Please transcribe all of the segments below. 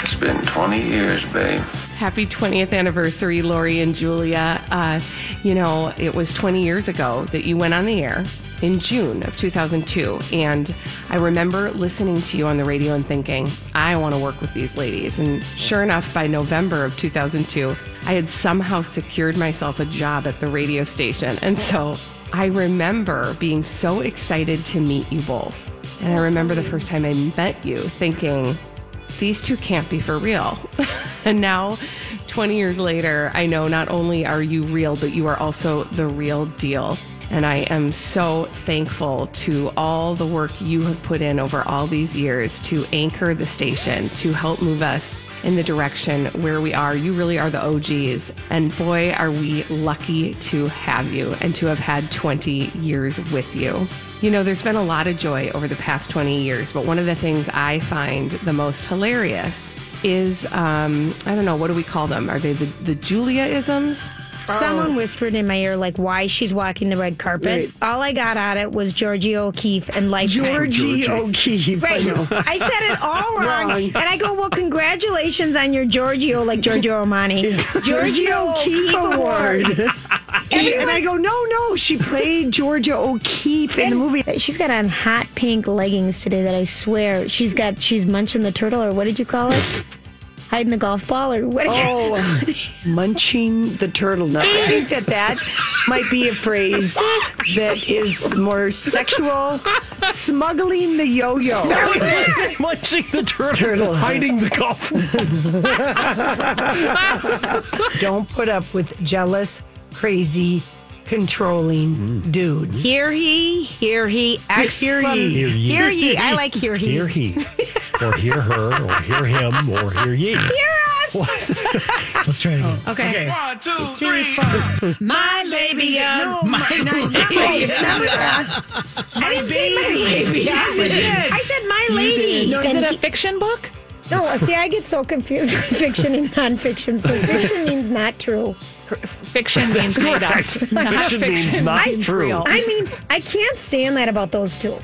It's been 20 years, babe. Happy 20th anniversary, Lori and Julia. Uh, you know, it was 20 years ago that you went on the air in June of 2002. And I remember listening to you on the radio and thinking, I want to work with these ladies. And sure enough, by November of 2002, I had somehow secured myself a job at the radio station. And so I remember being so excited to meet you both. And I remember the first time I met you thinking, these two can't be for real. and now, 20 years later, I know not only are you real, but you are also the real deal. And I am so thankful to all the work you have put in over all these years to anchor the station, to help move us in the direction where we are. You really are the OGs. And boy, are we lucky to have you and to have had 20 years with you. You know, there's been a lot of joy over the past 20 years, but one of the things I find the most hilarious is um, I don't know, what do we call them? Are they the, the Juliaisms? Oh, Oh. Someone whispered in my ear, like, why she's walking the red carpet. All I got out of it was Georgie O'Keefe and Lifetime. Georgie O'Keefe. Right. I know. I said it all wrong. Wrong. And I go, well, congratulations on your Giorgio, like Giorgio Armani. Giorgio O'Keefe Award. and I go, no, no, she played Georgia O'Keefe in the movie. She's got on hot pink leggings today that I swear she's got she's munching the turtle or what did you call it? Hiding the golf ball or what? Oh, munching the turtle nut. I think that that might be a phrase that is more sexual. Smuggling the yo-yo. munching the turtle, Turtle. hiding the golf. Don't put up with jealous, crazy, controlling dudes. Hear he, hear he, Hear exclam- ye. Hear ye. Hear ye. I like hear he. hear he, or hear her, or hear him, or hear ye. Hear us. Let's try it again. Oh, Okay. One, two, three, four. My labia. No, my, labia. I didn't say my labia. I said my lady. No, Then is it a he- fiction book? No, see, I get so confused with fiction and nonfiction. So fiction means not true. Fiction means made up. Not Fiction means not it's true. real. I mean, I can't stand that about those two.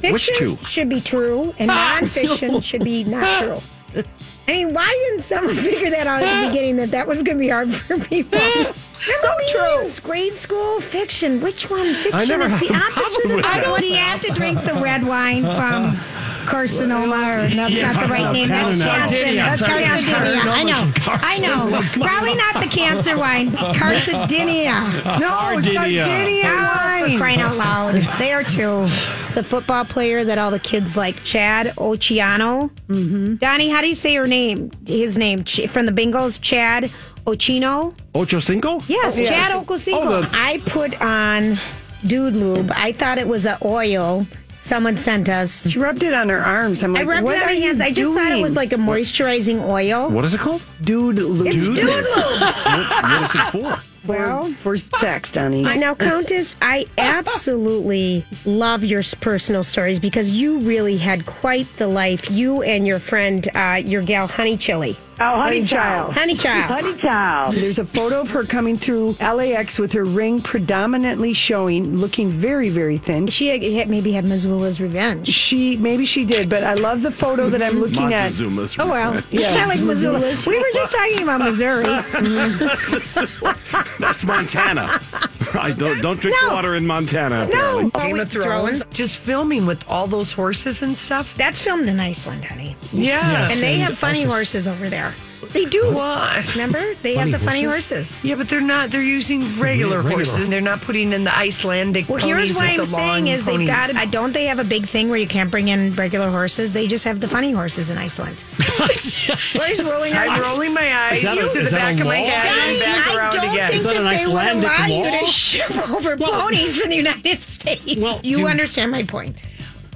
Fiction two? should be true, and Ah, nonfiction should be not true. I mean, why didn't someone figure that out Ah. at the beginning that that was going to be hard for people? Remember meetings, grade school fiction. Which one? Fiction never is the had a problem opposite of with I that. don't Well, do you have to drink the red wine from carcinoma, or that's not the right name. That's Johnson. That's carcidinia. I know. I know. Probably not the cancer wine. Carcidinia. No, Sardinia. Oh, for crying out loud. They are too. The football player that all the kids like, Chad Ochiano. Mm-hmm. Donnie, how do you say your name? His name Ch- from the Bengals, Chad Ochino. Ocho Cinco? Yes, yes. Chad Ochocinco. Oh, the- I put on dude lube. I thought it was an oil someone sent us. She rubbed it on her arms. I'm I like, rubbed what it on are my you hands. I just thought it was doing? like a moisturizing oil. What is it called? Oh. dude lube. It's dude lube. What, what is it for? Well, for sex, Donnie. now, Countess, I absolutely love your s- personal stories because you really had quite the life. You and your friend, uh, your gal, Honey Chili. Oh, honey Honey child. child. Honey Child. Honey child. There's a photo of her coming through LAX with her ring predominantly showing, looking very, very thin. She had- had, maybe had Missoula's revenge. She maybe she did, but I love the photo that I'm looking Montezuma's. Oh, well. Yeah. I like Missoula. We were just talking about Missouri. That's Montana. I don't, don't drink No. water in Montana. apparently. No, Game of Thrones, just filming with all those horses and stuff. That's filmed in Iceland, honey. Yeah. And they have funny horses over there. They do. Why? Remember? They Funny have the funny horses? horses. Yeah, but they're not. They're using regular, regular. horses. They're not putting in the Icelandic. Well, ponies here's what with I'm the long saying is they've ponies. got. I don't they have a big thing where you can't bring in regular horses? They just have the funny horses in Iceland. well, he's rolling your I'm eyes. rolling my eyes Is that a- to the is that back a of my law? head and Guys, back I around don't again. think that an that they would Icelandic allow you law? to ship over ponies from the United States. Well, you, you- understand my point.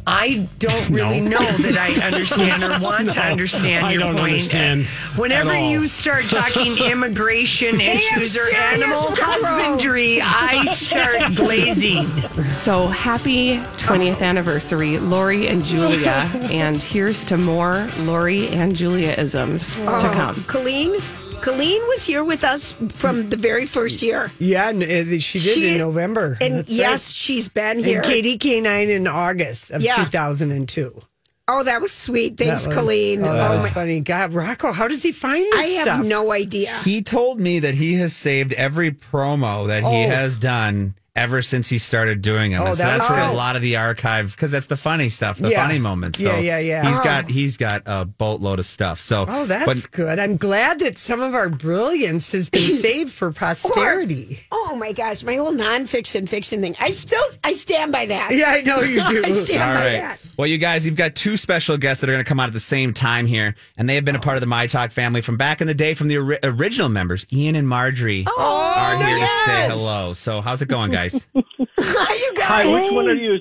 I don't really No. know that I understand or want to No, understand I your don't point. understand Whenever at all. you start talking immigration issues or serious animal control. husbandry, I start glazing. So happy 20th anniversary, Lori and Julia. and here's to more Lori and Julia isms Oh, Oh. to come. Colleen, Colleen was here with us from the very first year. Yeah, and, uh, she did She- in November. And That's yes, she's been right. here. and Katie K9 in August of Yeah. 2002. Oh, that was sweet. That Thanks, was- Colleen. Oh, Oh, that was my- funny. God, Rocco, how does he find I this have stuff? no idea. He told me that he has saved every promo that he has done ever since he started doing them. Oh, and so that's that's where a good. lot of the archive because that's the funny stuff, the Yeah. funny moments. So Yeah, yeah, yeah. He's Oh. got he's got a boatload of stuff. So Oh, that's but good. I'm glad that some of our brilliance has been saved for posterity. Oh my gosh, my whole nonfiction fiction thing. I still I stand by that. yeah, I know you do. I stand All by right. that. Well, you guys, you've got two special guests that are going to come out at the same time here, and they have been a part of the My Talk family from back in the day from the ori- original members. Ian and Marjorie are here to say Oh, yes. hello. So, how's it going, guys? you guys. Hi, which one are you?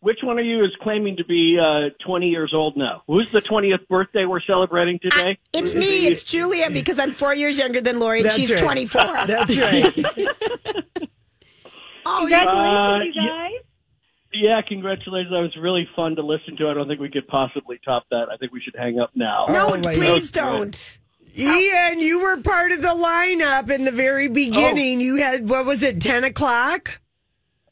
Which one of you is claiming to be uh, 20 years old now? Who's the 20th birthday we're celebrating today? It's me. It's Julia because I'm four years younger than Lori. and That's She's right. 24. That's right. oh, yeah. Congratulations, you guys. Yeah, congratulations. That was really fun to listen to. I don't think we could possibly top that. I think we should hang up now. No, Oh, my please God. don't. Ian, you were part of the lineup in the very beginning. You had, what was it, 10 o'clock?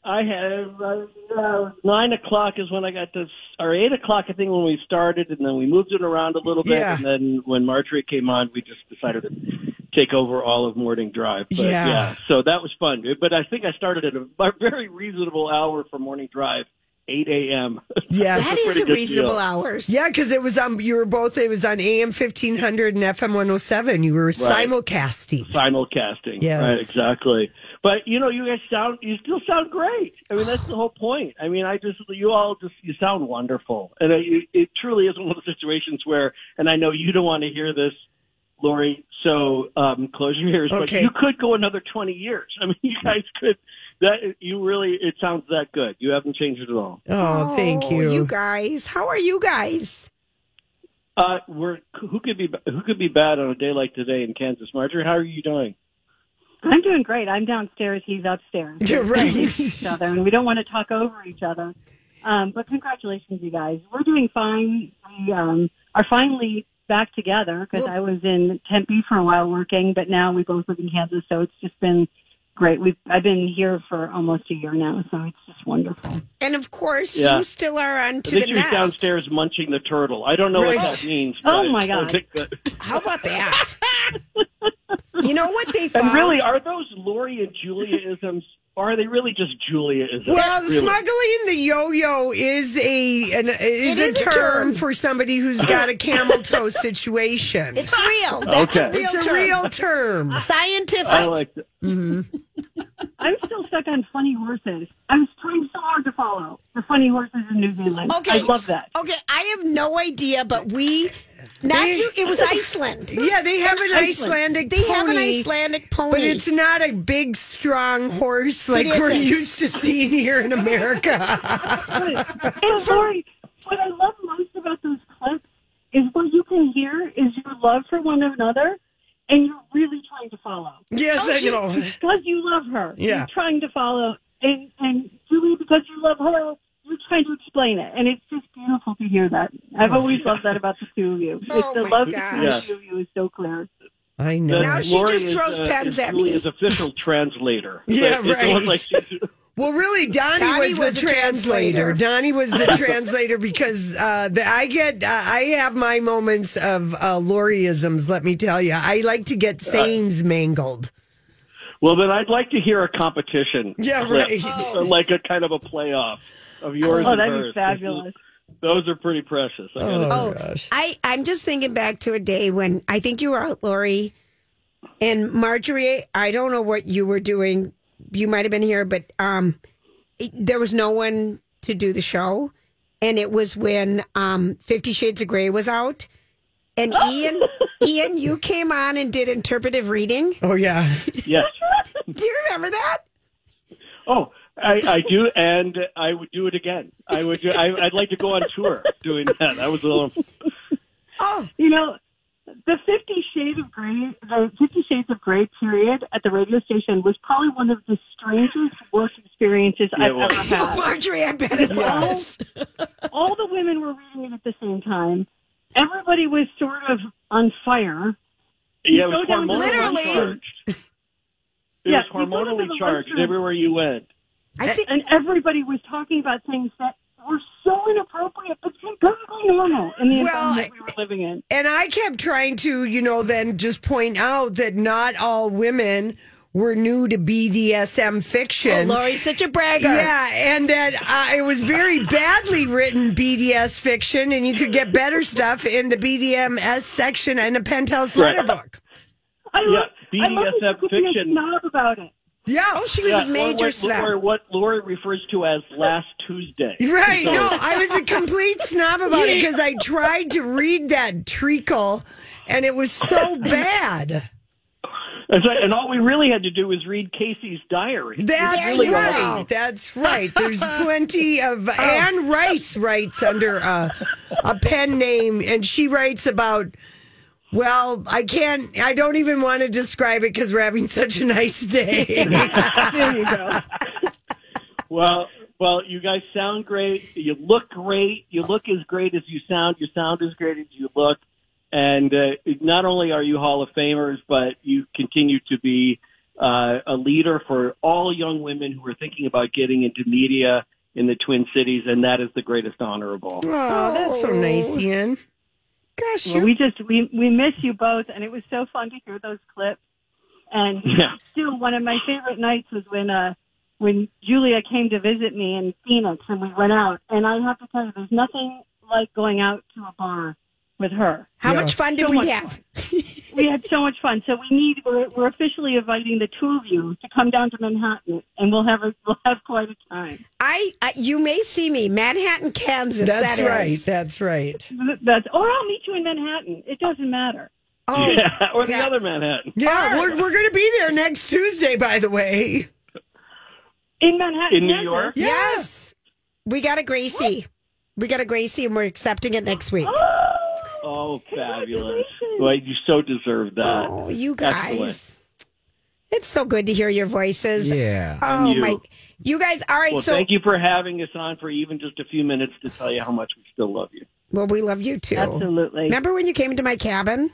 I have uh, uh, nine o'clock is when I got this, or eight o'clock I think when we started, and then we moved it around a little bit, Yeah. and then when Marjorie came on, we just decided to take over all of Morning Drive. But, Yeah. yeah. so that was fun. But I think I started at a a very reasonable hour for Morning Drive, eight a.m. Yes. That a is pretty a good reasonable deal. hours. Yeah, because it was on. You were both. It was on AM fifteen hundred and FM one hundred seven. You were simulcasting. simulcasting. Yes. Right, exactly. But you know, you guys sound you still sound great. I mean, that's the whole point. I mean, I just you all just you sound wonderful, and it, it- it truly is one of those situations where, and I know you don't want to hear this. Lori, so um, close your ears. Okay. But you could go another twenty years. I mean, you guys could. That you really, it sounds that good. You haven't changed at all. Oh, thank Oh, you. You guys. How are you guys? Uh, we're who could be who could be bad on a day like today in Kansas, Marjorie? How are you doing? I'm doing great. I'm downstairs. He's upstairs. You're right. each other, and we don't want to talk over each other. Um, but congratulations, you guys. We're doing fine. We um, are finally back together because I was in Tempe for a while working, but now we both live in Kansas, so it's just been great. We've I've been here for almost a year now, so it's just wonderful. And of course, Yeah. you still are on I to think the she was nest. downstairs munching the turtle. I don't know Right. what that means. Oh, but my I God. think that- How about that? you know what they found? and really, are those Lori and Juliaisms? Or are they really just Juliaisms? Well, really? smuggling the yo-yo is a an, is, It is a, a term term. for somebody who's got a camel toe situation. It's real. That's Okay. a real It's a term. real term. Mm-hmm. scientific. I like that. I'm still stuck on funny horses. I'm trying so hard to follow the funny horses in New Zealand. Okay. I love that. Okay, I have no idea, but we not to, it was Iceland. Yeah, they have an Icelandic. They have an pony, Icelandic pony. but it's not a big, strong horse like It we're isn't. used to seeing here in America. But Lori, what I love most about those clips is what you can hear is your love for one another, and you're really trying to follow yes, I know. because you love her. Yeah. you're trying to follow, and and Julie because you love her. You're trying to explain it, and it's just beautiful to hear that. I've Oh always loved that about the two of you. It's Oh the my love gosh. between the two of you is so clear. I That know. Now she Lori just is, throws uh, pens is at me. Julia's official translator. Yeah, But it's almost right. like she's- Well, really, Donnie, Donnie was, was the the translator. translator. Donnie was the translator because uh, the, I get, uh, I have my moments Uh, of uh, Loriisms. Let me tell you, I like to get sayings mangled. Well, then I'd like to hear a competition. Yeah, clip, right. uh, like a kind of a playoff of yours. Oh, and that'd be hers. This is- fabulous. Those are pretty precious. I gotta Oh, say. I, I'm just thinking back to a day when I think you were out, Lori, and Marjorie. I don't know what you were doing. You might have been here, but um, it- there was no one to do the show, and it was when um, Fifty Shades of Grey was out, and Ian, Ian, you came on and did interpretive reading. Oh yeah, Yes. do you remember that? Oh, I, I do, and I would do it again. I would. Do, I, I'd like to go on tour doing that. I was a little. Oh, you know, the Fifty Shades of Grey, the Fifty Shades of Grey period at the radio station was probably one of the strangest work experiences Yeah, it I've was. ever had. Marjorie, I bet it was. All the women were reading it at the same time. Everybody was sort of on fire. Yeah, it You go was down to hormonally the Literally. charged. It Yeah, was you go down to hormonally the charged lunchroom. everywhere you went. and everybody was talking about things that were so inappropriate, but completely normal in the Well, environment we were living in. And I kept trying to, you know, then just point out that not all women were new to BDSM fiction. Oh, Lori's such a bragger. Yeah, and that uh, it was very badly written BDS fiction, and you could get better stuff in the BDMS section and the Penthouse Right. letter book. I love- I love that BDSM you could be a fiction. snob about it. Yeah. Oh, she was Yeah, a major or what, snob. or what Lori refers to as last Tuesday. Right. So- No, I was a complete snob about it because I tried to read that treacle, and it was so bad. And, so- and all we really had to do was read Casey's diary. That's Really all we right. did. That's right. There's plenty of Anne Rice writes under a, a pen name, and she writes about. Well, I can't. I don't even want to describe it because we're having such a nice day. there you go. Well, well, you guys sound great. You look great. You look as great as you sound. You sound as great as you look. And uh, not only are you Hall of Famers, but you continue to be uh, a leader for all young women who are thinking about getting into media in the Twin Cities, and that is the greatest honor of all. Oh, that's so nice, Ian. Gosh, Well, we just we we miss you both, and it was so fun to hear those clips. And Yeah. still, one of my favorite nights was when uh when Julia came to visit me in Phoenix, and we went out. And I have to tell you, there's nothing like going out to a bar with her. How much fun did So we much have? we had so much fun. So we need we're, we're officially inviting the two of you to come down to Manhattan, and we'll have a, we'll have quite a time. I, I you may see me Manhattan, Kansas. That's that is. right. That's right. That's or I'll meet you in Manhattan. It doesn't matter. Oh, Yeah, or the yeah. other Manhattan. Yeah, we're, we're going to be there next Tuesday, by the way. In Manhattan, In New Kansas. York? Yes. We got a Gracie. We got a Gracie, and we're accepting it next week. Oh, fabulous. Well, you so deserve that. Oh, you guys. Excellent. It's so good to hear your voices. Yeah. Oh, And you. my. You guys, all right. well, so, thank you for having us on for even just a few minutes to tell you how much we still love you. well, we love you too. Absolutely. Remember when you came to my cabin?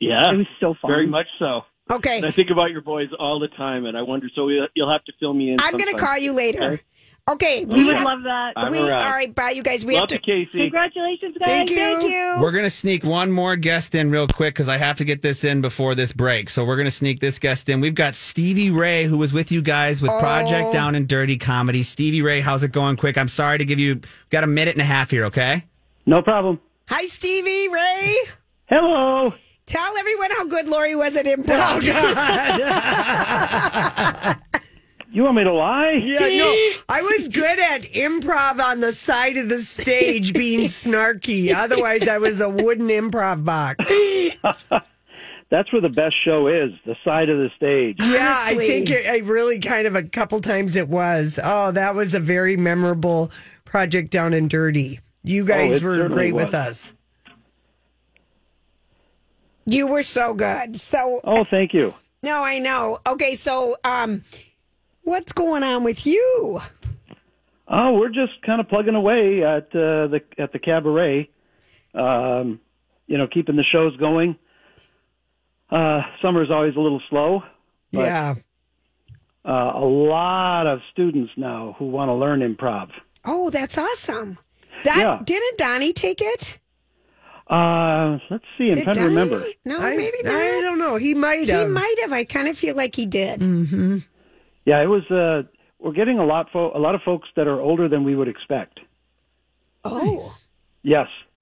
Yeah, It was so fun. very much so. Okay. And I think about your boys all the time, and I wonder. So you'll you'll have to fill me in. I'm going to sometime. call you later. Okay. Okay. We would have- love that. I'm we, around. All right. Bye, you guys. We Love have you, to. Casey. Congratulations, guys. Thank you. Thank you. We're going to sneak one more guest in real quick because I have to get this in before this break. So we're going to sneak this guest in. We've got Stevie Ray, who was with you guys with Oh. Project Down and Dirty Comedy. Stevie Ray, how's it going? Quick, I'm sorry to give you got a minute and a half here. Okay. No problem. Hi, Stevie, Ray. Hello. Tell everyone how good Lori was at Oh, improv. You want me to lie? Yeah, no, I was good at improv on the side of the stage being snarky. Otherwise, I was a wooden improv box. That's where the best show is, the side of the stage. Yeah, I Honestly. think it, I really kind of a couple times it was. Oh, that was a very memorable project down and dirty. You guys Oh, it were certainly great was. with us. you were so good. So, Oh, thank you. no, I know. Okay. So, um, what's going on with you? Oh, we're just kind of plugging away at uh, the at the cabaret, um, you know, keeping the shows going. Uh, summer's always a little slow. But- yeah. Uh, a lot of students now who want to learn improv. Oh, that's awesome. That Yeah. didn't Donnie take it? Uh, let's see. I'm Did trying to Donnie? remember. No, I- maybe not. I don't know. He might have. He might have. I kind of feel like he did. Mm-hmm. Yeah, it was. Uh, we're getting a lot. Fo- a lot of folks that are older than we would expect. Oh. Yes.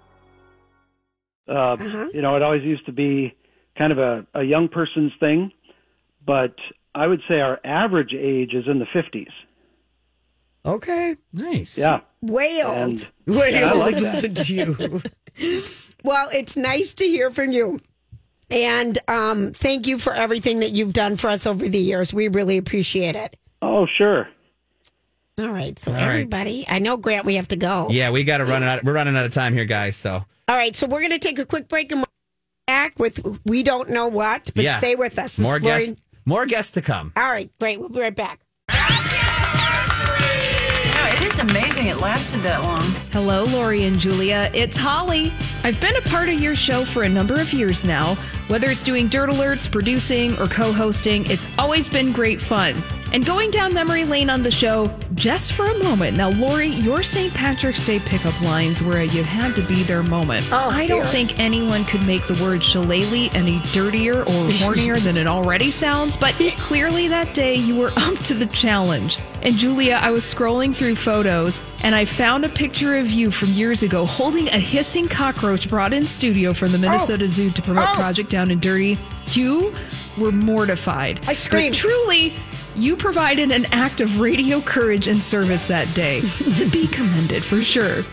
Uh, Uh-huh. You know, it always used to be kind of a, a young person's thing, but I would say our average age is in the 50s. Okay. Nice. Yeah. Way old. And- Way and I old. like that. Listen to you. Well, it's nice to hear from you. And um, thank you for everything that you've done for us over the years. We really appreciate it. Oh, sure. All right. So, All right. everybody, I know, Grant, we have to go. Yeah, we got to run out. We're running out of time here, guys. So All right. So, we're going to take a quick break and we'll be back with We Don't Know What, but yeah. stay with us. This is More Lori- guests. More guests to come. All right. Great. We'll be right back. it is amazing it lasted that long. Hello, Lori and Julia. It's Holly. I've been a part of your show for a number of years now. Whether it's doing dirt alerts, producing, or co hosting, it's always been great fun. And going down memory lane on the show just for a moment. Now, Lori, your St. Patrick's Day pickup lines were a you had to be there moment. Oh, I dear. don't think anyone could make the word shillelagh any dirtier or hornier than it already sounds, but clearly that day you were up to the challenge. And Julia, I was scrolling through photos and I found a picture of you from years ago holding a hissing cockroach brought in studio from the Minnesota Zoo to promote Project Down and Dirty. You were mortified. I screamed. truly, you provided an act of radio courage and service that day. to be commended for sure.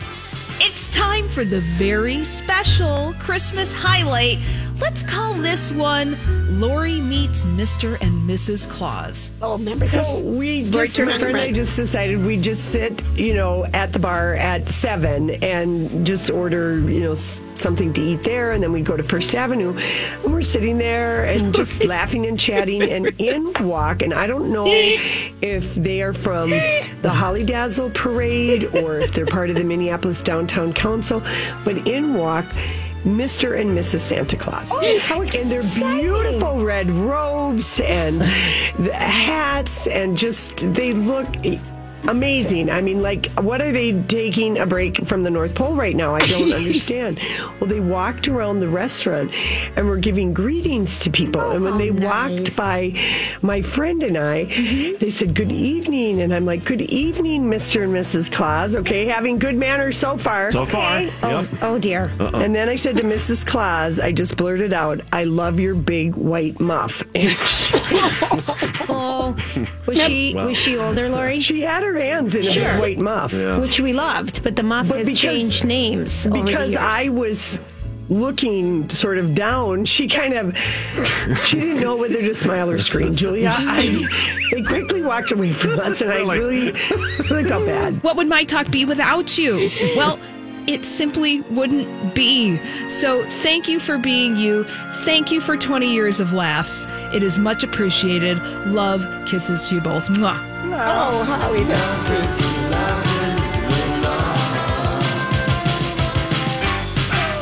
It's time for the very special Christmas highlight. Let's call this one Lori Meets Mr. and Mrs. Claus. Oh, remember So we just, my friend and I just decided we just sit, you know, at the bar at seven and just order, you know, s- something to eat there, and then we go to First Avenue, and we're sitting there and just laughing and chatting, and in walk, and I don't know if they are from the Holly Dazzle Parade or if they're part of the Minneapolis Downtown Council, but in walk. Mr. and Mrs. Santa Claus. Oh, how and their beautiful red robes and the hats and just they look amazing. I mean, like, what are they taking a break from the North Pole right now? I don't understand. Well, they walked around the restaurant and were giving greetings to people. and when they walked by my friend and I, they said, Good evening. And I'm like, Good evening, Mr. and Mrs. Claus. Okay, having good manners so far. So far, Okay. yep. Oh, dear. Uh-oh. And then I said to Mrs. Claus, I just blurted out, I love your big white muff. And Oh, was she Wow. was she older, Lori? She had her hands in a big white muff. Yeah. which we loved, but the muff has changed names over the Because years. I was looking sort of down, she kind of she didn't know whether to smile or scream. Julia, I, they quickly walked away from us and I really really felt bad. What would my talk be without you? Well, it simply wouldn't be. So thank you for being you. Thank you for 20 years of laughs. It is much appreciated. Love, kisses to you both. Mwah. Oh, Holly, that's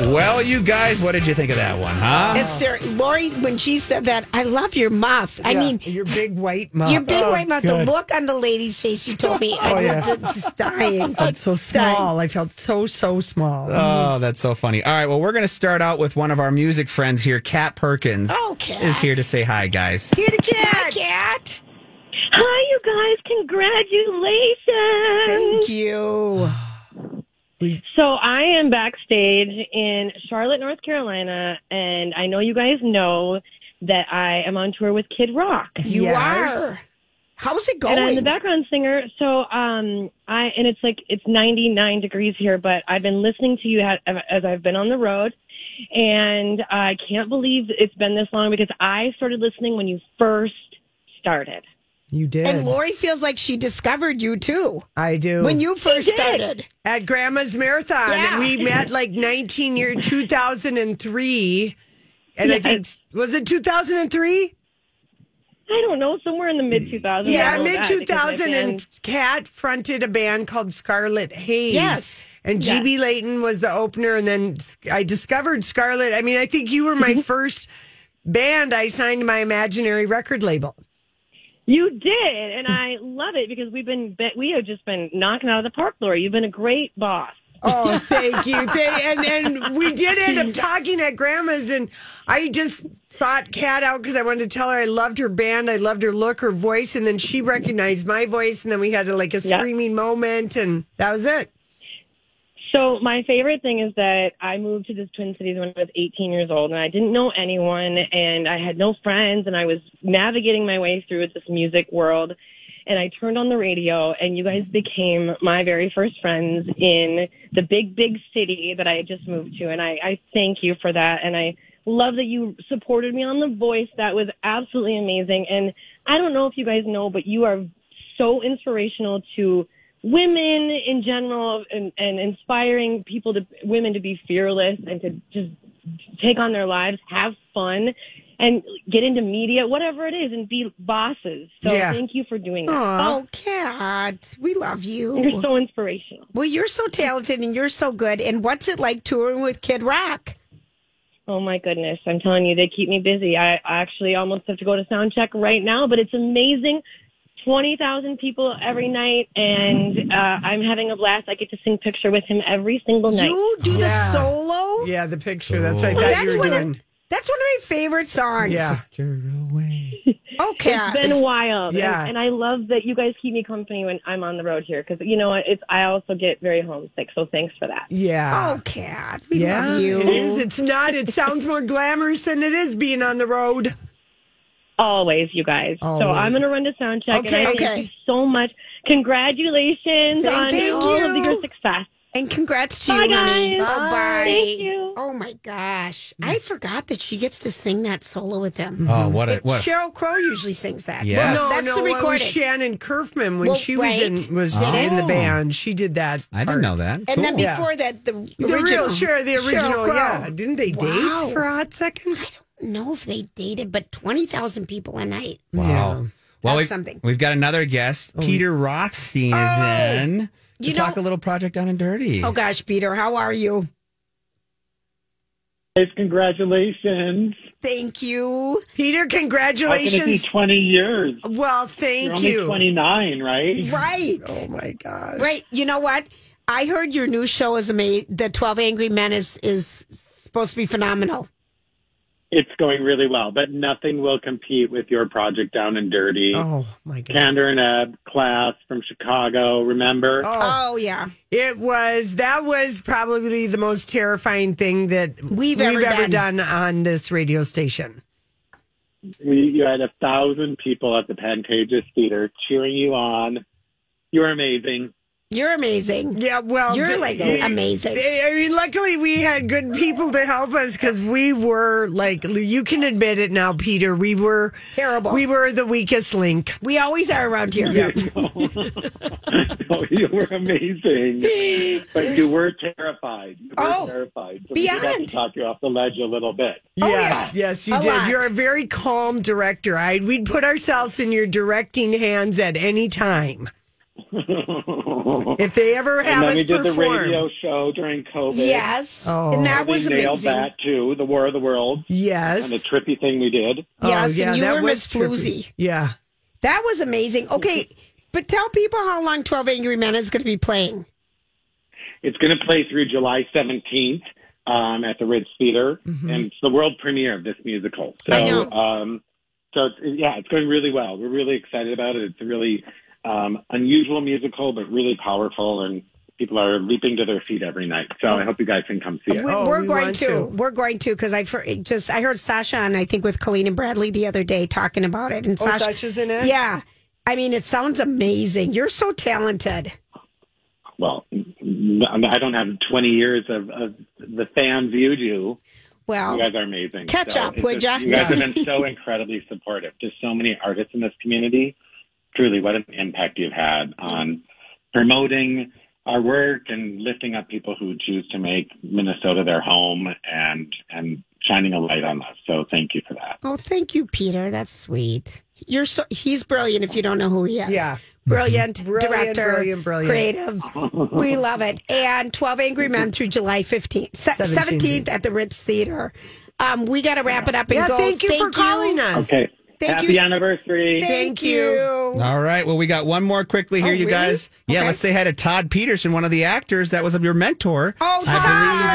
Well, you guys, what did you think of that one, huh? Ah. It's ser- Lori, when she said that, I love your muff. I Yeah, mean, your big white muff. Your big Oh, white muff. good. The look on the lady's face. You told me. Oh, I'm yeah. just dying. I felt so small. I felt so so small. Oh, that's so funny. All right, well, we're going to start out with one of our music friends here, Kat Perkins. Oh, Kat. Is here to say hi, guys. Kitty cat. cat. Hi, you guys. Congratulations. Thank you. So I am backstage in Charlotte, North Carolina, and I know you guys know that I am on tour with Kid Rock. You Yes. are. How's it And I'm the going? background singer. So um, I and it's like it's 99 degrees here, but I've been listening to you ha- as I've been on the road, and I can't believe it's been this long because I started listening when you first started. You did. And Lori feels like she discovered you too. I do. When you first started. At Grandma's Marathon, Yeah. we met like 19 year 2003. And I think, was it 2003? I don't know, somewhere in the mid 2000s. I Yeah, know mid that because my 2000. band- And Kat fronted a band called Scarlet Haze. Yes. And Yes. GB Layton was the opener. And then I discovered Scarlet. I mean, I think you were Mm-hmm. my first band I signed to my imaginary record label. You did, and I love it because we've been be- we have just been knocking it out of the park, Lori. You've been a great boss. Oh, thank you. Thank, and and we did end up talking at grandma's, and I just thought Kat out because I wanted to tell her I loved her band, I loved her look, her voice, and then she recognized my voice, and then we had like a Yeah. screaming moment, and that was it. So my favorite thing is that I moved to the Twin Cities when I was 18 years old, and I didn't know anyone, and I had no friends, and I was navigating my way through this music world. And I turned on the radio, and you guys became my very first friends in the big, big city that I had just moved to. And I, I thank you for that, and I love that you supported me on The Voice. That was absolutely amazing. And I don't know if you guys know, but you are so inspirational to women in general and, and inspiring people to women to be fearless and to just take on their lives, have fun and get into media, whatever it is and be bosses. So Yeah. thank you for doing that. Oh, Kat, we love you. You're so inspirational. Well, you're so talented and you're so good. And what's it like touring with Kid Rock? Oh my goodness. I'm telling you, they keep me busy. I I actually almost have to go to sound check right now, but it's amazing. 20,000 people every night, and uh, I'm having a blast. I get to sing picture with him every Oh, single night. You do the solo? Yeah, the picture. That's what I Oh, thought that's you were one of- doing. That's one of my favorite songs. Oh, Yeah. Okay. It's been wild. Yeah. And, and I love that you guys keep me company when I'm on the road here because, you know, it's I also get very homesick. So thanks for that. Yeah. Oh, Kat, we yeah, love you. It is. It's not. It sounds more glamorous than it is being on the road. Always, you guys. So I'm going to run to sound check. Okay, and I okay. Thank you so much. Congratulations Thank on you. all of your success. And congrats to Bye, you, honey. guys. Bye bye. Thank you. Oh my gosh. I forgot that she gets to sing that solo with them. Oh, what a- what a- Cheryl Crow usually sings that. Yes. Well, that's the it was recording. Shannon Kerfman when Well, she was right. Oh. in was Did in it? the band. She did that. I didn't part. know that. and then Cool. before that, the, The original. real, sure, the Sheryl original, Crow. yeah. Didn't they date Wow. for a hot second? I don't know if they dated, but 20,000 people a night. Wow. Well, That's we've, something. Oh, we've got another guest. Peter Rothstein is in. You to talk a little project down and dirty. Oh gosh, Peter, how are you? Guys, congratulations. Thank you. Peter, How can it be congratulations. 20 years? Well, You're thank only you. 29, right? Oh, Right. Oh my gosh. Right. You know what? I heard your new show is amazing. The 12 Angry Men is, is supposed to be phenomenal. It's going really well, but nothing will compete with your project Down and Dirty. Oh, my God. Candor and Ebb, class from Chicago, remember? Oh. yeah. It was that was probably the most terrifying thing that We've ever done. on this radio station. We, you had a thousand people at the Pantages Theater cheering you on. You were amazing. You're amazing. Yeah, well, You're, the- like, the- amazing. I mean, luckily we had good people to help us because we were like, you can admit it now, Peter. We were terrible. We were the weakest link. We always are around here. No, Oh, you were amazing, but you were terrified. You were Oh, terrified. So we did have to beyond. talk you off the ledge a little bit. Oh, Yes, yes, you A did. lot. You're a very calm director. I we'd put ourselves in your directing hands at any time. if they ever and have then us we did perform. the radio show during COVID. Yes. Oh. And that we was nailed amazing. that too. The War of the Worlds. Yes. And the trippy thing we did. Yes, and you Oh, that were was Miss trippy. Floozy. Yeah. That was amazing. Okay, but tell people how long 12 Angry Men is going to be playing. It's going to play through July 17th um, at the Ritz Theater, Mm-hmm. and it's the world premiere of this musical. So, I know. Um, so it's, yeah, it's going really well. We're really excited about it. It's a really um, unusual musical, but really powerful, and people are leaping to their feet every night. So Oh. I hope you guys can come see it. We, we're going to. We're going to because I've heard, just I heard Sasha and I think with Colleen and Bradley the other day talking about it. And Oh, Sasha, Sasha's in it? Yeah, I mean it sounds amazing. You're so talented. Well, I don't have 20 years of, of the fans you do. Well, you guys are amazing. catch up, it's would just- ya? You guys have Yeah. been so incredibly supportive to so many artists in this community. Truly, what an impact you've had on promoting our work and lifting up people who choose to make Minnesota their home and and shining a light on us. So thank you for that. Oh, thank you, Peter. That's sweet. You're so he's brilliant. If you don't know who he is, Yeah. brilliant, Brilliant, director, brilliant, brilliant. creative. we love it. And Twelve Angry Men through July fifteenth, seventeenth at the Ritz Theater. Um, we got to wrap it up and Yeah, go. thank you for calling us. Okay. Thank Happy you. anniversary. Thank you. All right. Well, we got one more quickly here, Oh, you really? guys. Yeah, Okay. let's say hi to Todd Peterson, one of the actors that was your mentor. Oh,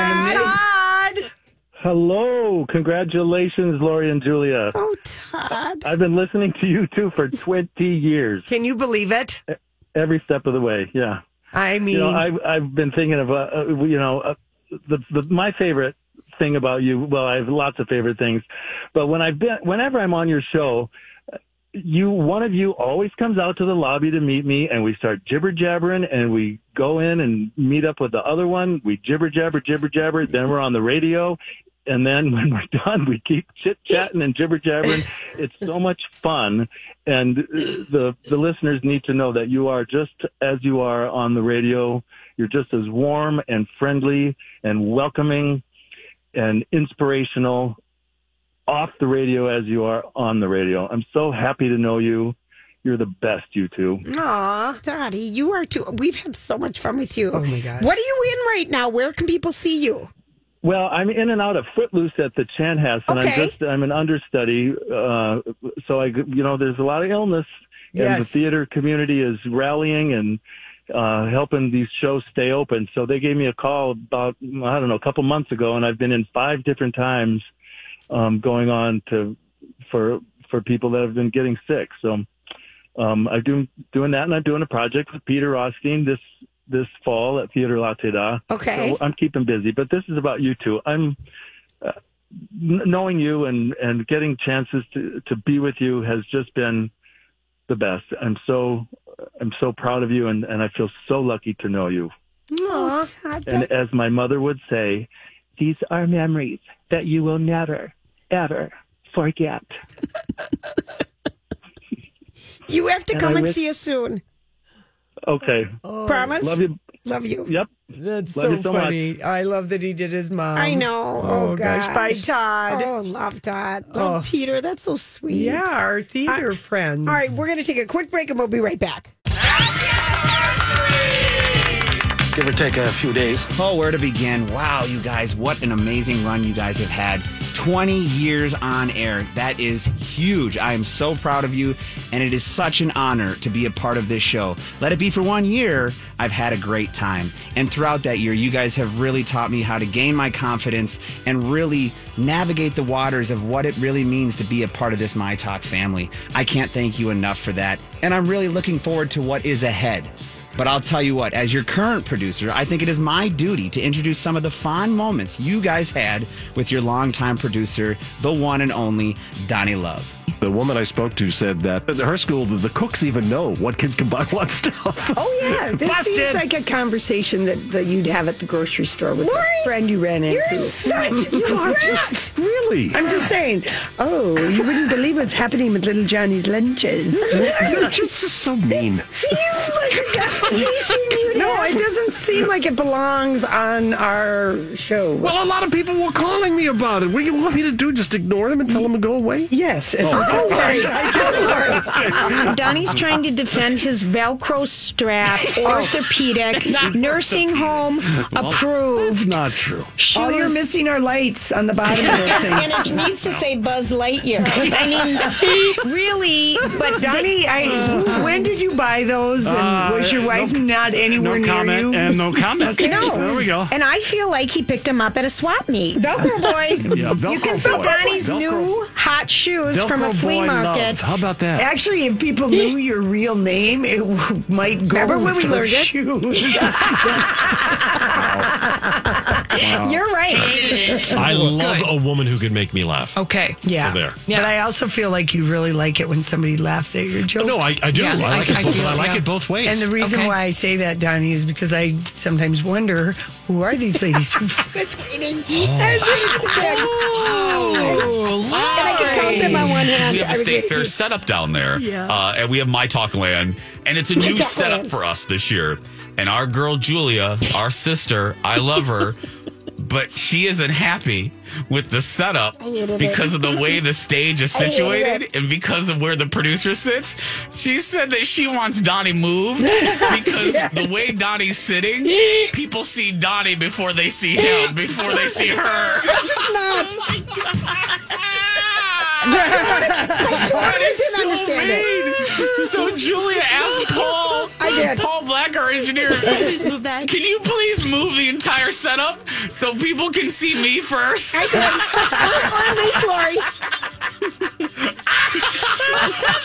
Todd! Todd! Hello. Congratulations, Lori and Julia. Oh, Todd. I've been listening to you two for 20 years. E, Can you believe it? Every step of the way, yeah. I mean, you know, I, I've been thinking of, uh, uh, you know, uh, the, the, my favorite thing about you. Well, I have lots of favorite things, but when I've been, whenever I'm on your show, you, one of you always comes out to the lobby to meet me and we start jibber jabbering and we go in and meet up with the other one. We jibber jabber, jibber jabber. Then we're on the radio. And then when we're done, we keep chit chatting and jibber jabbering. It's so much fun. And uh, the, the listeners need to know that you are just as you are on the radio. You're just as warm and friendly and welcoming and inspirational off the radio as you are on the radio. I'm so happy to know you. You're the best, you two. Aw, Dottie, you are too. We've had so much fun with you. Oh, my gosh. What are you in right now? Where can people see you? Well, I'm in and out of Footloose at the Chanhassen. and I'm Okay. just I'm an understudy, uh, so I you know there's a lot of illness, and the Yes. theater community is rallying and uh, helping these shows stay open. So they gave me a call about I don't know a couple months ago, and I've been in five different times, um, going on to for for people that have been getting sick. So um, I'm doing doing that, and I'm doing a project with Peter Rothstein this this fall at Theater Latte Da. Okay. so I'm keeping busy, but this is about you two. I'm uh, kn- knowing you and and getting chances to to be with you has just been the best. I'm so I'm so proud of you, and and I feel so lucky to know you. Aw, Todd, And uh, as my mother would say, these are memories that you will never ever forget. you have to and come I and wish- see us soon. Okay. Promise? Love you. Love you. Yep. oh. That's Love so, you so much. funny. I love that he did his mom. I know. Oh, Um, gosh. Bye, Todd. Oh, love Todd. Love Oh. Peter. That's so sweet. yeah, our theater friends. All right, we're going to take a quick break and we'll be right back. Give or take a few days. Oh, where to begin? Wow, you guys, what an amazing run you guys have had. 20 years on air. That is huge. I am so proud of you, and it is such an honor to be a part of this show. Let it be for one year. I've had a great time. And throughout that year, you guys have really taught me how to gain my confidence and really navigate the waters of what it really means to be a part of this My Talk family. I can't thank you enough for that. And I'm really looking forward to what is ahead. But I'll tell you what, as your current producer, I think it is my duty to introduce some of the fond moments you guys had with your longtime producer, the one and only Donnie Love. The woman I spoke to said that at her school, the, the cooks even know what kids can buy what stuff. Oh yeah, this seems Busted. like a conversation that, that you'd have at the grocery store with a friend you ran into. you're such- you are just- really. I'm just saying. Oh, you wouldn't believe what's happening with little Johnny's lunches. You're just so mean. Seems like a conversation you'd No, have. it doesn't seem like it belongs on our show. Well, a lot of people were calling me about it. What do you want me to do? Just ignore them and tell them to go away? Yes. Oh, Lori. Donnie's trying to defend his Velcro strap, Oh. orthopedic, nursing home approved. That's not true. Oh, All you're missing are lights on the bottom of those and things. it needs to say Buzz Lightyear. I mean, really, but Uh, Donnie, I, when did you buy those? And Uh, was your wife not anywhere no near comment you? and no comment. No. There we go. And I feel like he picked him up at a swap meet. Velcro boy. Yeah, you Velcro can see boy. Donnie's Velcro. new hot shoes from a Velcro flea boy market. love. How about that? Actually, if people knew your real name, it w- might go. Remember when we for learned it? shoes. You're right. I love a woman who can make me laugh. Okay. Yeah. So there. But I also feel like you really like it when somebody laughs at your jokes. No, I- I do. Yeah, I like I- it I both- do, I like yeah. it both ways. And the reason Okay. why I say that, Donnie, is because I sometimes wonder who are these ladies who That's reading. Oh. That's reading the bag. and I can count them on one hand. We I have a was state reading- fair setup down there, Yeah. uh, and we have My Talk Land, and it's a My new Talk setup Land. for us this year. And our girl Julia, our sister, I love her, but she isn't happy with the setup I hated it. because of the way the stage is I hated situated and because of where the producer sits. She said that she wants Donnie moved because the way Donnie's sitting, people see Donnie before they see him, before they see her. It's just not. That's what I- I That totally is didn't so understand it. So Julia asked Paul, I did. Paul Black, our engineer, Please move that. Can you please move the entire setup so people can see me first? I did. Or- or at least Lori.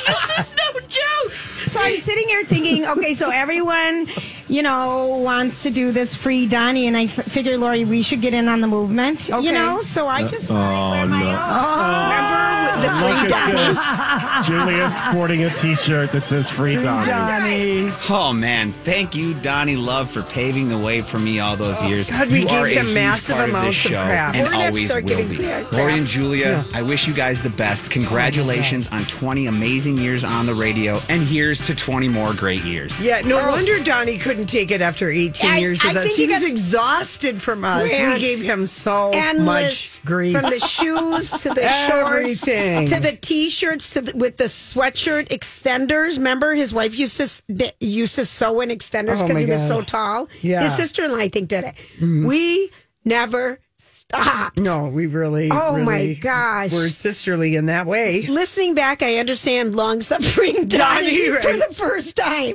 this is no joke. So I'm sitting here thinking, okay, so everyone, you know, wants to do this free Donnie, and I f- figure, Lori, we should get in on the movement, you know? So I just. Oh, Remember the free Look at Donnie? this. Julia's sporting a T-shirt that says "Free Donnie." Oh man, thank you, Donnie Love, for paving the way for me all those years. Oh, God, we you gave are them a huge massive part of amounts this of show crap. and We're gonna have to always start will giving be. crap. Lori and Julia, I wish you guys the best. Congratulations on 20 amazing years on the radio, and here's to 20 more great years. Yeah, no Oh. wonder Donnie couldn't take it after 18 I- years I with us. think He he was got exhausted from us. We rant. gave him so endless much grief. from the shoes to the shorts Everything. to the t-shirts to the, with the sweatshirt extenders. Remember, his wife used to s- d- used to sew in extenders Oh, because my he was God. so tall. Yeah. his sister-in-law, I think, did it. Mhm. We never stopped. No, we really. Oh, my really gosh. We're sisterly in that way. Listening back, I understand long-suffering Donnie, Donnie, right. for the first time.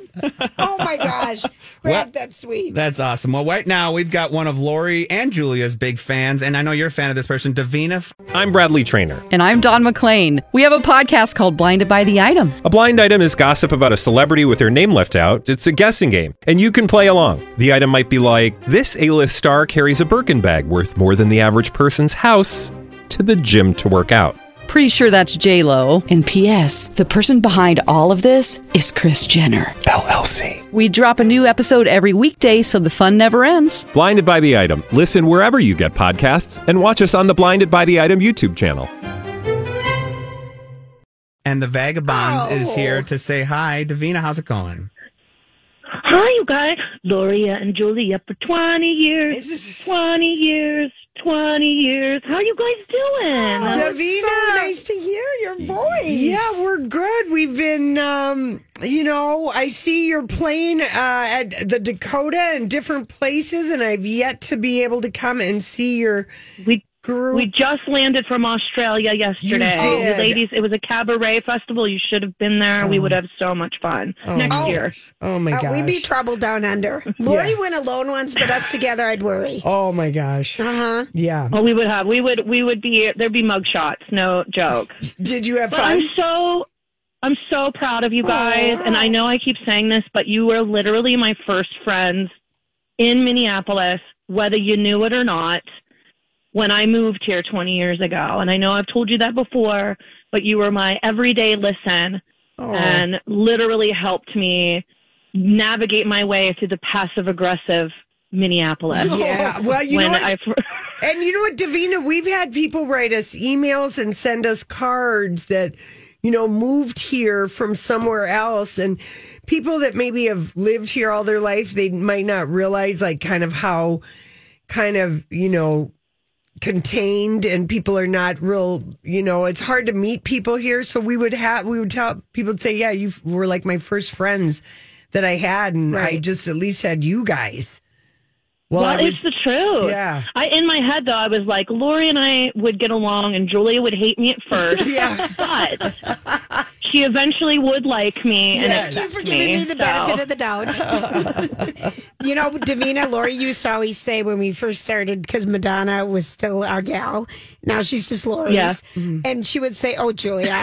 oh my gosh, Brad, that's sweet. That's awesome. Well, right now we've got one of Lori and Julia's big fans, and I know you're a fan of this person, Davina. I'm Bradley Trainer. And I'm Don McClain. We have a podcast called Blinded by the Item. A blind item is gossip about a celebrity with their name left out. It's a guessing game, and you can play along. The item might be like this A list star carries a Birkin bag worth more than the average person's house to the gym to work out. Pretty sure that's J Lo. And P.S. The person behind all of this is Chris Jenner LLC. We drop a new episode every weekday, so the fun never ends. Blinded by the Item. Listen wherever you get podcasts and watch us on the Blinded by the Item YouTube channel. And the Vagabonds Oh. is here to say hi. Davina, how's it going? Hi, you guys. Loria and Julia for 20 years. 20 years. 20 years. How you guys Oh, doing? Davina. nice to hear your voice. Yeah, oh we're good. We've been, um, you know, I see you're playing uh, at the Dakota and different places, and I've yet to be able to come and see your we, group. We just landed from Australia yesterday. You did. The ladies, it was a cabaret festival. You should have been there. We would have so much fun Oh. next Oh. year. oh my Uh, gosh. we We'd be trouble down under. Lori went alone once, but us together, I'd worry. oh my gosh. Uh huh. Yeah. Well, we would have. We would. We would be. There'd be mug shots. No joke. Did you have But fun? I'm so. I'm so proud of you guys, and I know I keep saying this, but you were literally my first friends in Minneapolis, whether you knew it or not. When I moved here 20 years ago, and I know I've told you that before, but you were my everyday listen, Aw. and literally helped me navigate my way through the passive aggressive Minneapolis. Yeah, well, you know when what? I fir- And you know what, Davina? We've had people write us emails and send us cards that, you know, moved here from somewhere else. And people that maybe have lived here all their life, they might not realize, like, kind of how, kind of, you know, contained and people are not real you know it's hard to meet people here so we would have we would tell people would say yeah you were like my first friends that i had and i just at least had you guys Well, I it's the truth. Yeah. I in my head though, I was like, Lori and I would get along, and Julia would hate me at first. yeah. But she eventually would like me. Thank and you accept for giving me the benefit so- of the doubt. you know, Davina, Lori used to always say when we first started, because Madonna was still our gal, now she's just Lori's. Yeah. Mm-hmm. And she would say, Oh, Julia,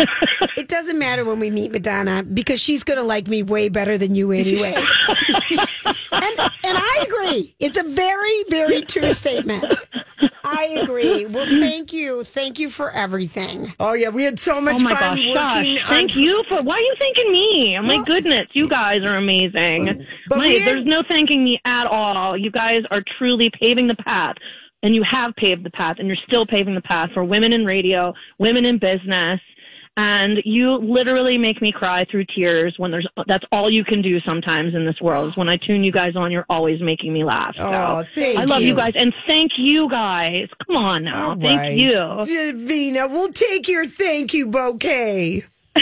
It doesn't matter when we meet Madonna because she's going to like me way better than you anyway. and, and I agree. It's a very, very true statement. I agree. Well, thank you. Thank you for everything. Oh, yeah. We had so much oh my fun gosh, working gosh. on- Thank you for why are you thanking me? Oh my goodness, you guys are amazing. But My- we- there's no thanking me at all. You guys are truly paving the path. And you have paved the path and you're still paving the path for women in radio, women in business. And you literally make me cry through tears when there's that's all you can do sometimes in this world. Is when I tune you guys on, you're always making me laugh. So Oh, thank I love you. you guys and thank you guys. Come on now. All thank right. you. Davina, we'll take your thank you bouquet.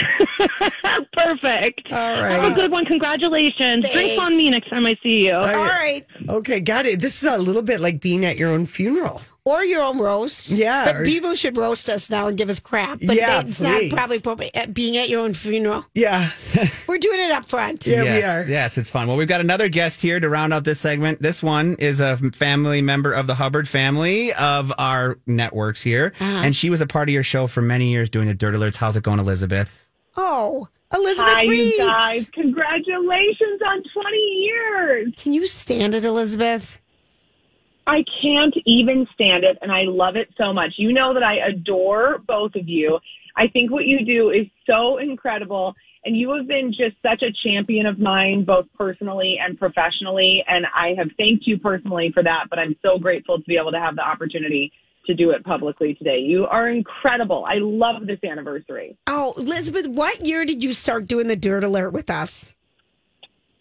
Perfect. All right. Have a good one. Congratulations. Drink Thanks. on me next time I see you. All right. Okay, got it. This is a little bit like being at your own funeral. Or your own roast. Yeah. But people should roast us now and give us crap. But Yeah, that's please. not probably appropriate at being at your own funeral. Yeah. We're doing it up front. yes, Yes, it's fun. Well, we've got another guest here to round out this segment. This one is a family member of the Hubbard family of our networks here. Uh-huh. And she was a part of your show for many years doing the Dirt Alerts. How's it going, Elizabeth? Oh, Elizabeth Hi, you Reese. guys. Congratulations on 20 years. Can you stand it, Elizabeth? I can't even stand it, and I love it so much. You know that I adore both of you. I think what you do is so incredible, and you have been just such a champion of mine, both personally and professionally. And I have thanked you personally for that, but I'm so grateful to be able to have the opportunity to do it publicly today. You are incredible. I love this anniversary. Oh, Elizabeth, what year did you start doing the dirt alert with us?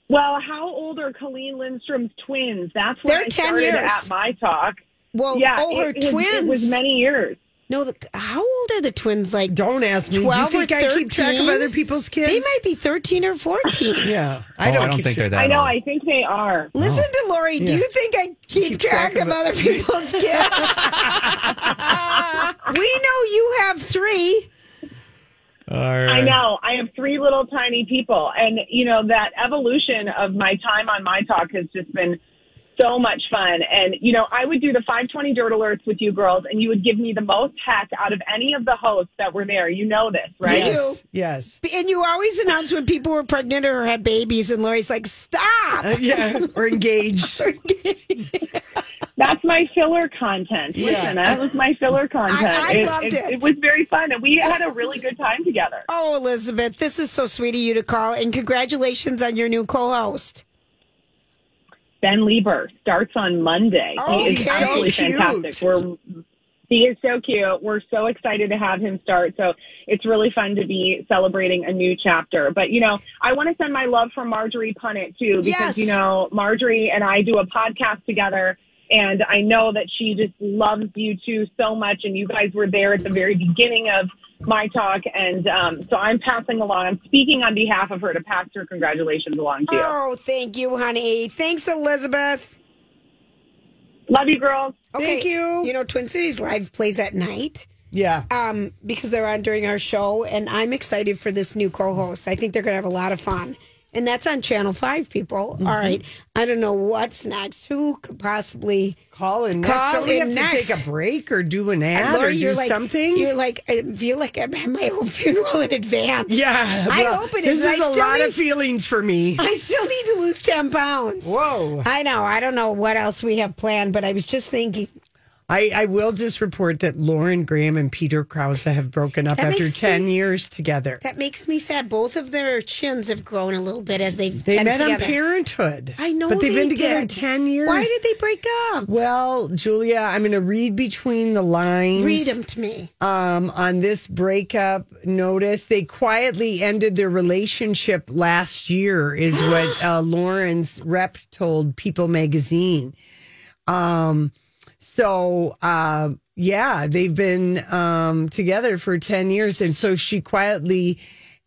Well, how old are Colleen Lindstrom's twins? That's when They're I 10 started years. at my talk. Well, yeah, oh, her it, it was- twins. It was many years. No, the, how old are the twins? Like, don't ask me. Do you 12 think or I keep track of 13? other people's kids? They might be thirteen or fourteen. yeah, I Oh, don't I don't keep think they're track. that I know. old. I think they are. Listen to Lori. Do Yeah. you think I keep, track, of, other people's kids? we know you have three. I know. I have three little tiny people. And, you know, that evolution of my time on My Talk has just been so much fun. And, you know, I would do the 520 Dirt Alerts with you girls, and you would give me the most heck out of any of the hosts that were there. You know this, right? Yes. Yes. And you always announced when people were pregnant or had babies, and Lori's like, "Stop." Uh, yeah, or engaged. That's my filler content. Listen, that was my filler content. I loved it. it. It was very fun, and we had a really good time together. Oh, Elizabeth, this is so sweet of you to call, and congratulations on your new co-host. Ben Lieber starts on Monday. Oh, he he's is so absolutely cute. fantastic. We're he is so cute. We're so excited to have him start. So it's really fun to be celebrating a new chapter. But you know, I want to send my love for Marjorie Punnett too, because Yes. you know, Marjorie and I do a podcast together and I know that she just loves you two so much and you guys were there at the very beginning of my talk and um, so I'm passing along. I'm speaking on behalf of her to pass her congratulations along to you. Oh, thank you, honey. Thanks, Elizabeth. Love you, girls. Thank you. You know, Twin Cities Live plays at night. Yeah. Um, because they're on during our show, and I'm excited for this new co-host. I think they're going to have a lot of fun, and that's on Channel Five. People, Mm-hmm. All right. I don't know what's next. Who could possibly call in Call next. Don't we in have next. to take a break or do an And ad Lori, or do you're like, something? You're like, I feel like I'm at my own funeral in advance. yeah. I well, hope it This is. is I a still lot need- of feelings for me. I still need to lose 10 pounds. Whoa. I know. I don't know what else we have planned, but I was just thinking. I, I will just report that Lauren Graham and Peter Krause have broken up That after makes 10 years together. That makes me sad. Both of their chins have grown a little bit as they've They been met on together. Parenthood. I know But they've they been together did. 10 years. Why did they break up? Well, Julia, I'm going to read between the lines. Read them to me. um, on this breakup notice. They quietly ended their relationship last year, is what uh, Lauren's rep told People Magazine. Um, so, uh, yeah, they've been um, together for 10 years. And so she quietly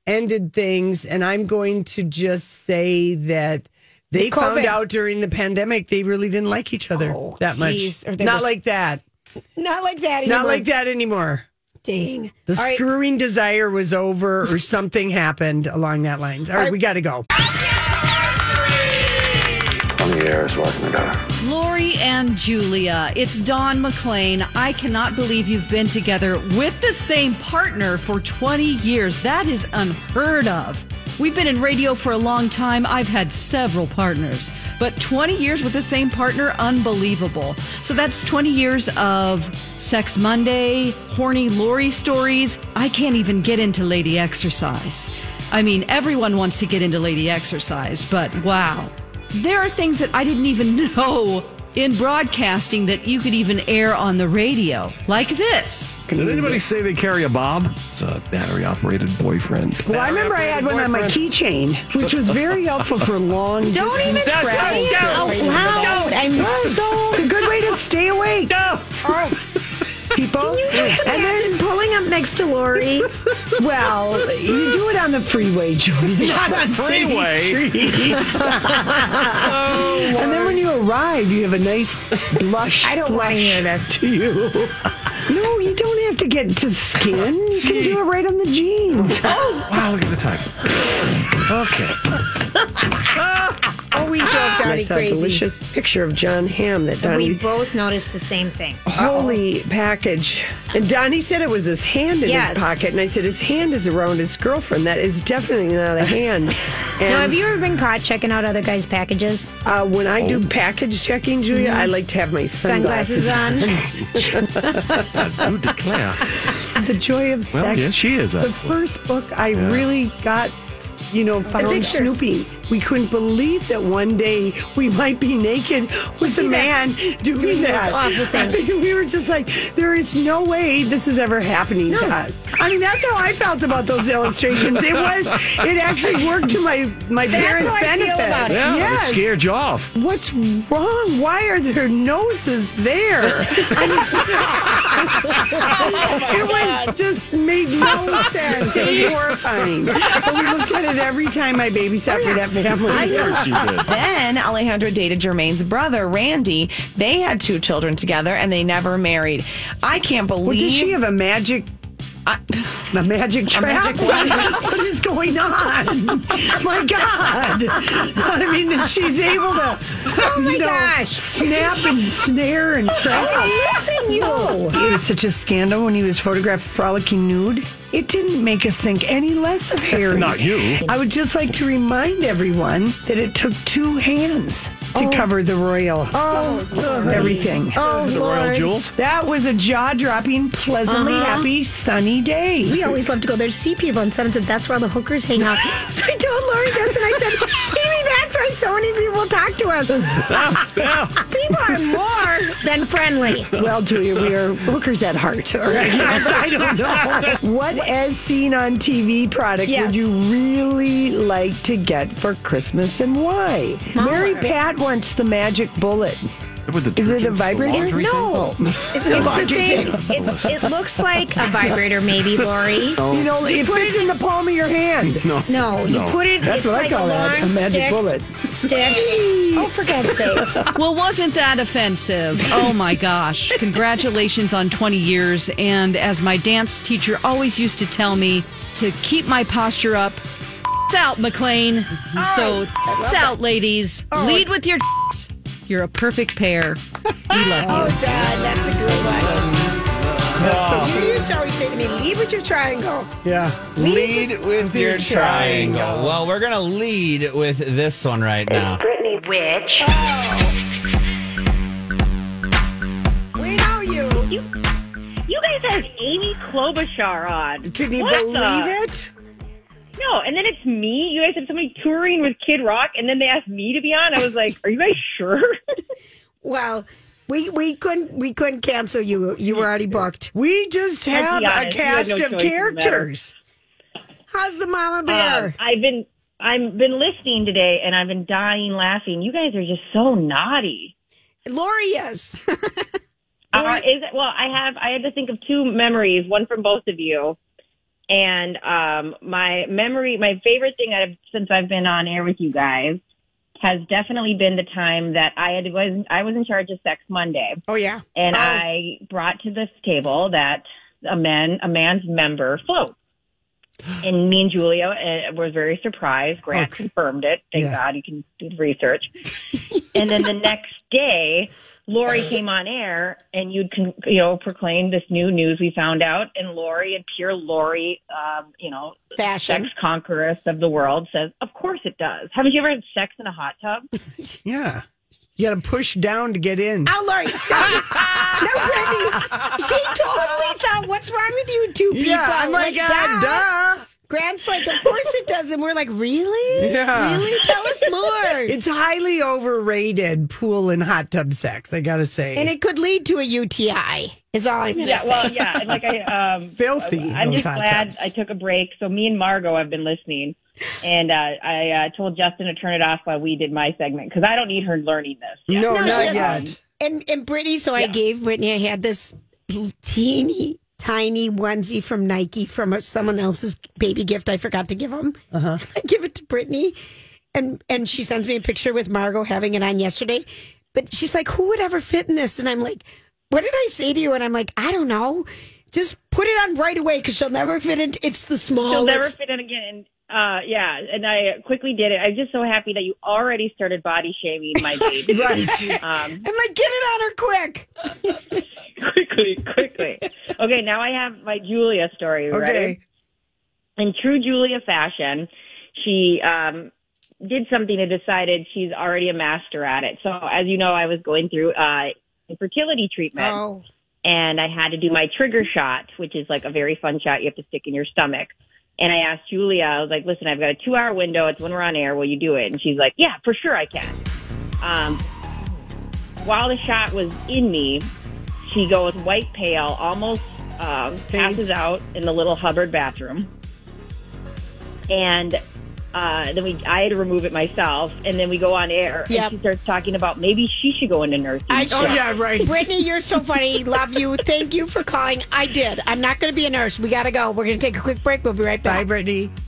ended things. And I'm going to just say Oh. that. They The found COVID. Oh, out during the pandemic they really didn't like each other that much. geez, or they Not were- like that. Not like that anymore. Not like that anymore. Dang. The All right. screwing desire was over, or something happened along that lines. All right, we got to go. 20 Harris walking the dog. Lori and Julia, it's Dawn McLean. I cannot believe you've been together with the same partner for 20 years. That is unheard of. We've been in radio for a long time. I've had several partners, but 20 years with the same partner, unbelievable. So that's 20 years of Sex Monday, horny Lori stories. I can't even get into Lady Exercise. I mean, everyone wants to get into Lady Exercise, but wow. There are things that I didn't even know in broadcasting that you could even air on the radio, like this. Did anybody say they carry a bob? It's a battery operated boyfriend. Well, I remember I had one on my keychain, which was very helpful for long. Don't distance even travel. say it out loud. I'm so. It's a good way to stay awake. People, Just imagine pulling up next to Lori. well, you do it on the freeway, Jody, not on city Freeway? streets. and then when you arrive, you have a nice blush. I don't want to hear this to you. No, you don't have to get to skin. You can do it right on the jeans. Oh, wow, look at the time. Okay. Oh, we drove Donnie That's a crazy. delicious picture of John Hamm that We Donnie. Oh. both noticed the same thing. Holy package. And Donnie said it was his hand in Yes. his pocket. And I said, his hand is around his girlfriend. That is definitely not a hand. And now, have you ever been caught checking out other guys' packages? Uh, when I Oh. do package checking, Julia, Mhm. I like to have my sunglasses, Sunglasses on. You declare. the joy of Well, sex. yeah, she is a- The first book I Yeah. really got, you know, found pictures. Snoopy. We couldn't believe that one day we might be naked with a See that- man doing, doing those that. awful things. we were just like, there is no way this is ever happening to us. I mean, that's how I felt about those illustrations. It was, it actually worked to my my That's parents' how I feel benefit. about it. Yeah, it Yes. scared you off. What's wrong? Why are their noses there? I mean, it was just made no sense. It was horrifying. But we looked at it every time I babysat for that family. Then Alejandro dated Jermaine's brother, Randy. They had two children together and they never married. I can't believe. Well, did she have a magic? A magic trap? magic trap. what is going on? my God. I mean, that she's able to oh my gosh. snap and snare and trap. Oh, listen, you. No. It was such a scandal when he was photographed frolicking nude. It didn't make us think any less of Harry. Not you. I would just like to remind everyone that it took two hands to cover the royal Oh. Lord. everything. Oh, The royal Lord. jewels? That was a jaw dropping, pleasantly Uh-huh. happy, sunny day. We always love to go there to see people in Sunset. That's where all the hookers hang out. so I told Lori this, and I said, maybe that's why so many people talk to us. people are more than friendly. Well, Julia, we are hookers at heart. Or I guess I don't know. What as seen on TV product Yes. would you really like to get for Christmas and why? Mary Pat wants the magic bullet. Is it a vibrator? Oh. It- no, it's, The it's the laundry thing. thing. It's, it looks like a vibrator, maybe, Lori. You know, it fits in the palm of your hand. No. No, you put it. That's it's what like I call a that, long a magic stick, bullet. Stick. oh, for God's sakes! well, wasn't that offensive? Oh my gosh. Congratulations on 20 years. And as my dance teacher always used to tell me, to keep my posture up, out, McLean. Oh, so, out, ladies. Lead with your. You're a perfect pair. We love you. Oh, Dad, that's a good one. That's Ah. You used to always say to me, "Leave with your triangle." Yeah. Lead with your triangle. triangle. Well, we're going to lead with this one right now. Brittany, which? We know you. You, you guys have Amy Klobuchar on. Can you What believe the- it? No, and then it's me. You guys have somebody touring with Kid Rock, and then they asked me to be on. I was like, "Are you guys sure?" Well, we we couldn't we couldn't cancel you. You were already booked. We just I'd have be a honest, you had no cast choice in of the matter. characters. How's the mama bear? Um, I've been I've been listening today, and I've been dying laughing. You guys are just so naughty. Lori is. Uh, is it, well, I have. I had to think of two memories, one from both of you, and um, my memory, my favorite thing I've since I've been on air with you guys has definitely been the time that I had was I was in charge of Sex Monday. Oh yeah, and Oh. I brought to this table that a man, a man's member float. And me and eh, Julia uh, were very surprised. Grant confirmed it. Thank God you can do the research. and then the next day, Lori came on air and you'd, con- you know, proclaim this new news we found out. And Lori and pure Lori, um, you know, Fashion. sex conqueress of the world says, of course it does. Haven't you ever had sex in a hot tub? Yeah. You got to push down to get in. Oh, Lori. No, Brandy. She totally thought, what's wrong with you two people? Yeah, I'm like, "Ah, duh." Grant's like, of course it does. And we're like, really? Yeah. Really? Tell us more. It's highly overrated pool and hot tub sex, I got to say. and it could lead to a UTI, is all I'm going to yeah, say. well, yeah. and Like I, um, Filthy, I'm those just hot glad tubs. I took a break. So me and Margot have been listening, and uh, I uh, told Justin to turn it off while we did my segment because I don't need her learning this. yet. No, she doesn't. And and Brittany, so I gave Brittany. I had this teeny tiny onesie from Nike from a- someone else's baby gift. I forgot to give him. Uh-huh. I give it to Brittany, and and she sends me a picture with Margot having it on yesterday. But she's like, "Who would ever fit in this?" And I'm like, "What did I say to you?" And I'm like, "I don't know. Just put it on right away because she'll never fit in. It's the smallest." She'll never fit in again. Uh, yeah, and I quickly did it. I'm just so happy that you already started body shaming my baby. Right. Um, I'm like, get it on her quick. quickly, quickly. Okay, now I have my Julia story. Ready? In true Julia fashion, she um, did something and decided she's already a master at it. So, as you know, I was going through uh, infertility treatment. Oh. And I had to do my trigger shot, which is like a very fun shot you have to stick in your stomach. And I asked Julia, I was like, listen, I've got a two hour window. It's when we're on air. Will you do it? And she's like, yeah, for sure I can. Um, while the shot was in me, she goes white pale, almost um, passes out in the little Hubbard bathroom. And uh, then we, I had to remove it myself. And then we go on air. Yep. And she starts talking about maybe she should go into nursing. should. Brittany, you're so funny. Love you. Thank you for calling. I did. I'm not going to be a nurse. We got to go. We're going to take a quick break. We'll be right back. Bye, Brittany.